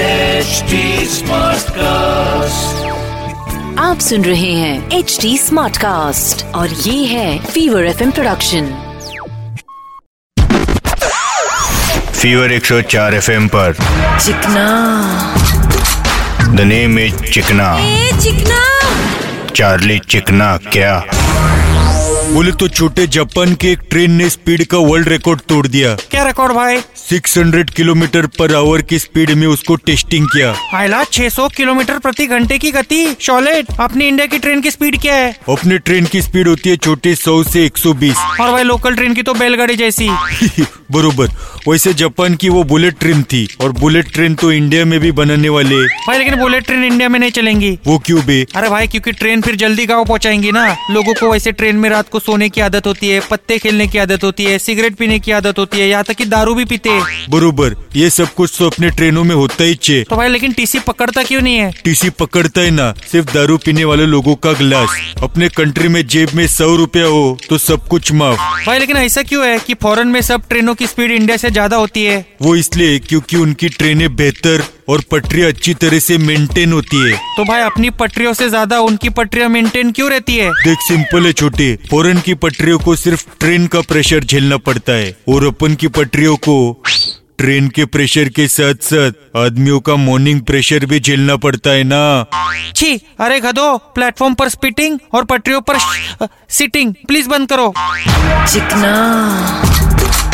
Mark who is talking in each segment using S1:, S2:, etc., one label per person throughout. S1: HD Smartcast.
S2: आप सुन रहे हैं एच डी स्मार्ट कास्ट और ये है fever F production
S3: fever 104 FM पर
S2: Chikna
S3: the name is Chikna
S2: a Chikna
S3: Charlie Chikna क्या
S4: बोले तो छोटे जापान के एक ट्रेन ने स्पीड का वर्ल्ड रिकॉर्ड तोड़ दिया
S5: क्या रिकॉर्ड भाई
S4: 600 किलोमीटर पर आवर की स्पीड में उसको टेस्टिंग किया
S5: आयला 600 किलोमीटर प्रति घंटे की गति शॉलेट अपनी इंडिया की ट्रेन की स्पीड क्या है
S4: अपने ट्रेन की स्पीड होती है छोटे 100 से 120
S5: और भाई लोकल ट्रेन की तो बैलगाड़ी जैसी
S4: बरोबर वैसे जापान की वो बुलेट ट्रेन थी और बुलेट ट्रेन तो इंडिया में भी बनाने वाले हैं।
S5: भाई लेकिन बुलेट ट्रेन इंडिया में नहीं चलेंगी
S4: वो क्यों बे
S5: अरे भाई क्योंकि ट्रेन फिर जल्दी गाँव पहुंचाएंगी ना लोगों को वैसे ट्रेन में रात को सोने की आदत होती है पत्ते खेलने की आदत होती है सिगरेट पीने की आदत होती है यहाँ तक कि दारू भी पीते हैं।
S4: बरोबर ये सब कुछ तो अपने ट्रेनों में होता ही चे
S5: तो भाई लेकिन टीसी पकड़ता क्यों नहीं है
S4: टीसी पकड़ता है ना सिर्फ दारू पीने वाले लोगों का गिलास अपने कंट्री में जेब में सौ रुपया हो तो सब कुछ माफ
S5: भाई लेकिन ऐसा क्यों है कि फॉरेन में सब ट्रेनों की स्पीड इंडिया से ज्यादा होती है
S4: वो इसलिए क्योंकि उनकी ट्रेनें बेहतर और पटरियां अच्छी तरह से मेंटेन होती है
S5: तो भाई अपनी पटरियों से ज्यादा उनकी पटरियां मेंटेन क्यों रहती है
S4: देख सिंपल है छोटे फॉरन की पटरियों को सिर्फ ट्रेन का प्रेशर झेलना पड़ता है और अपन की पटरियों को ट्रेन के प्रेशर के साथ साथ आदमियों का मॉर्निंग प्रेशर भी झेलना पड़ता है ना
S5: छी अरे गधो प्लेटफॉर्म पर स्पीटिंग और पटरियों पर सिटिंग प्लीज बंद करो
S2: Chikna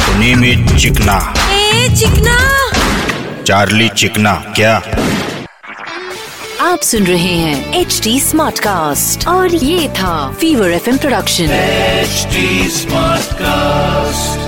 S3: the name is Chikna
S2: a Chikna
S3: Charlie Chikna क्या
S2: आप सुन रहे हैं एच डी स्मार्ट कास्ट और ये था fever F production
S1: HD Smartcast.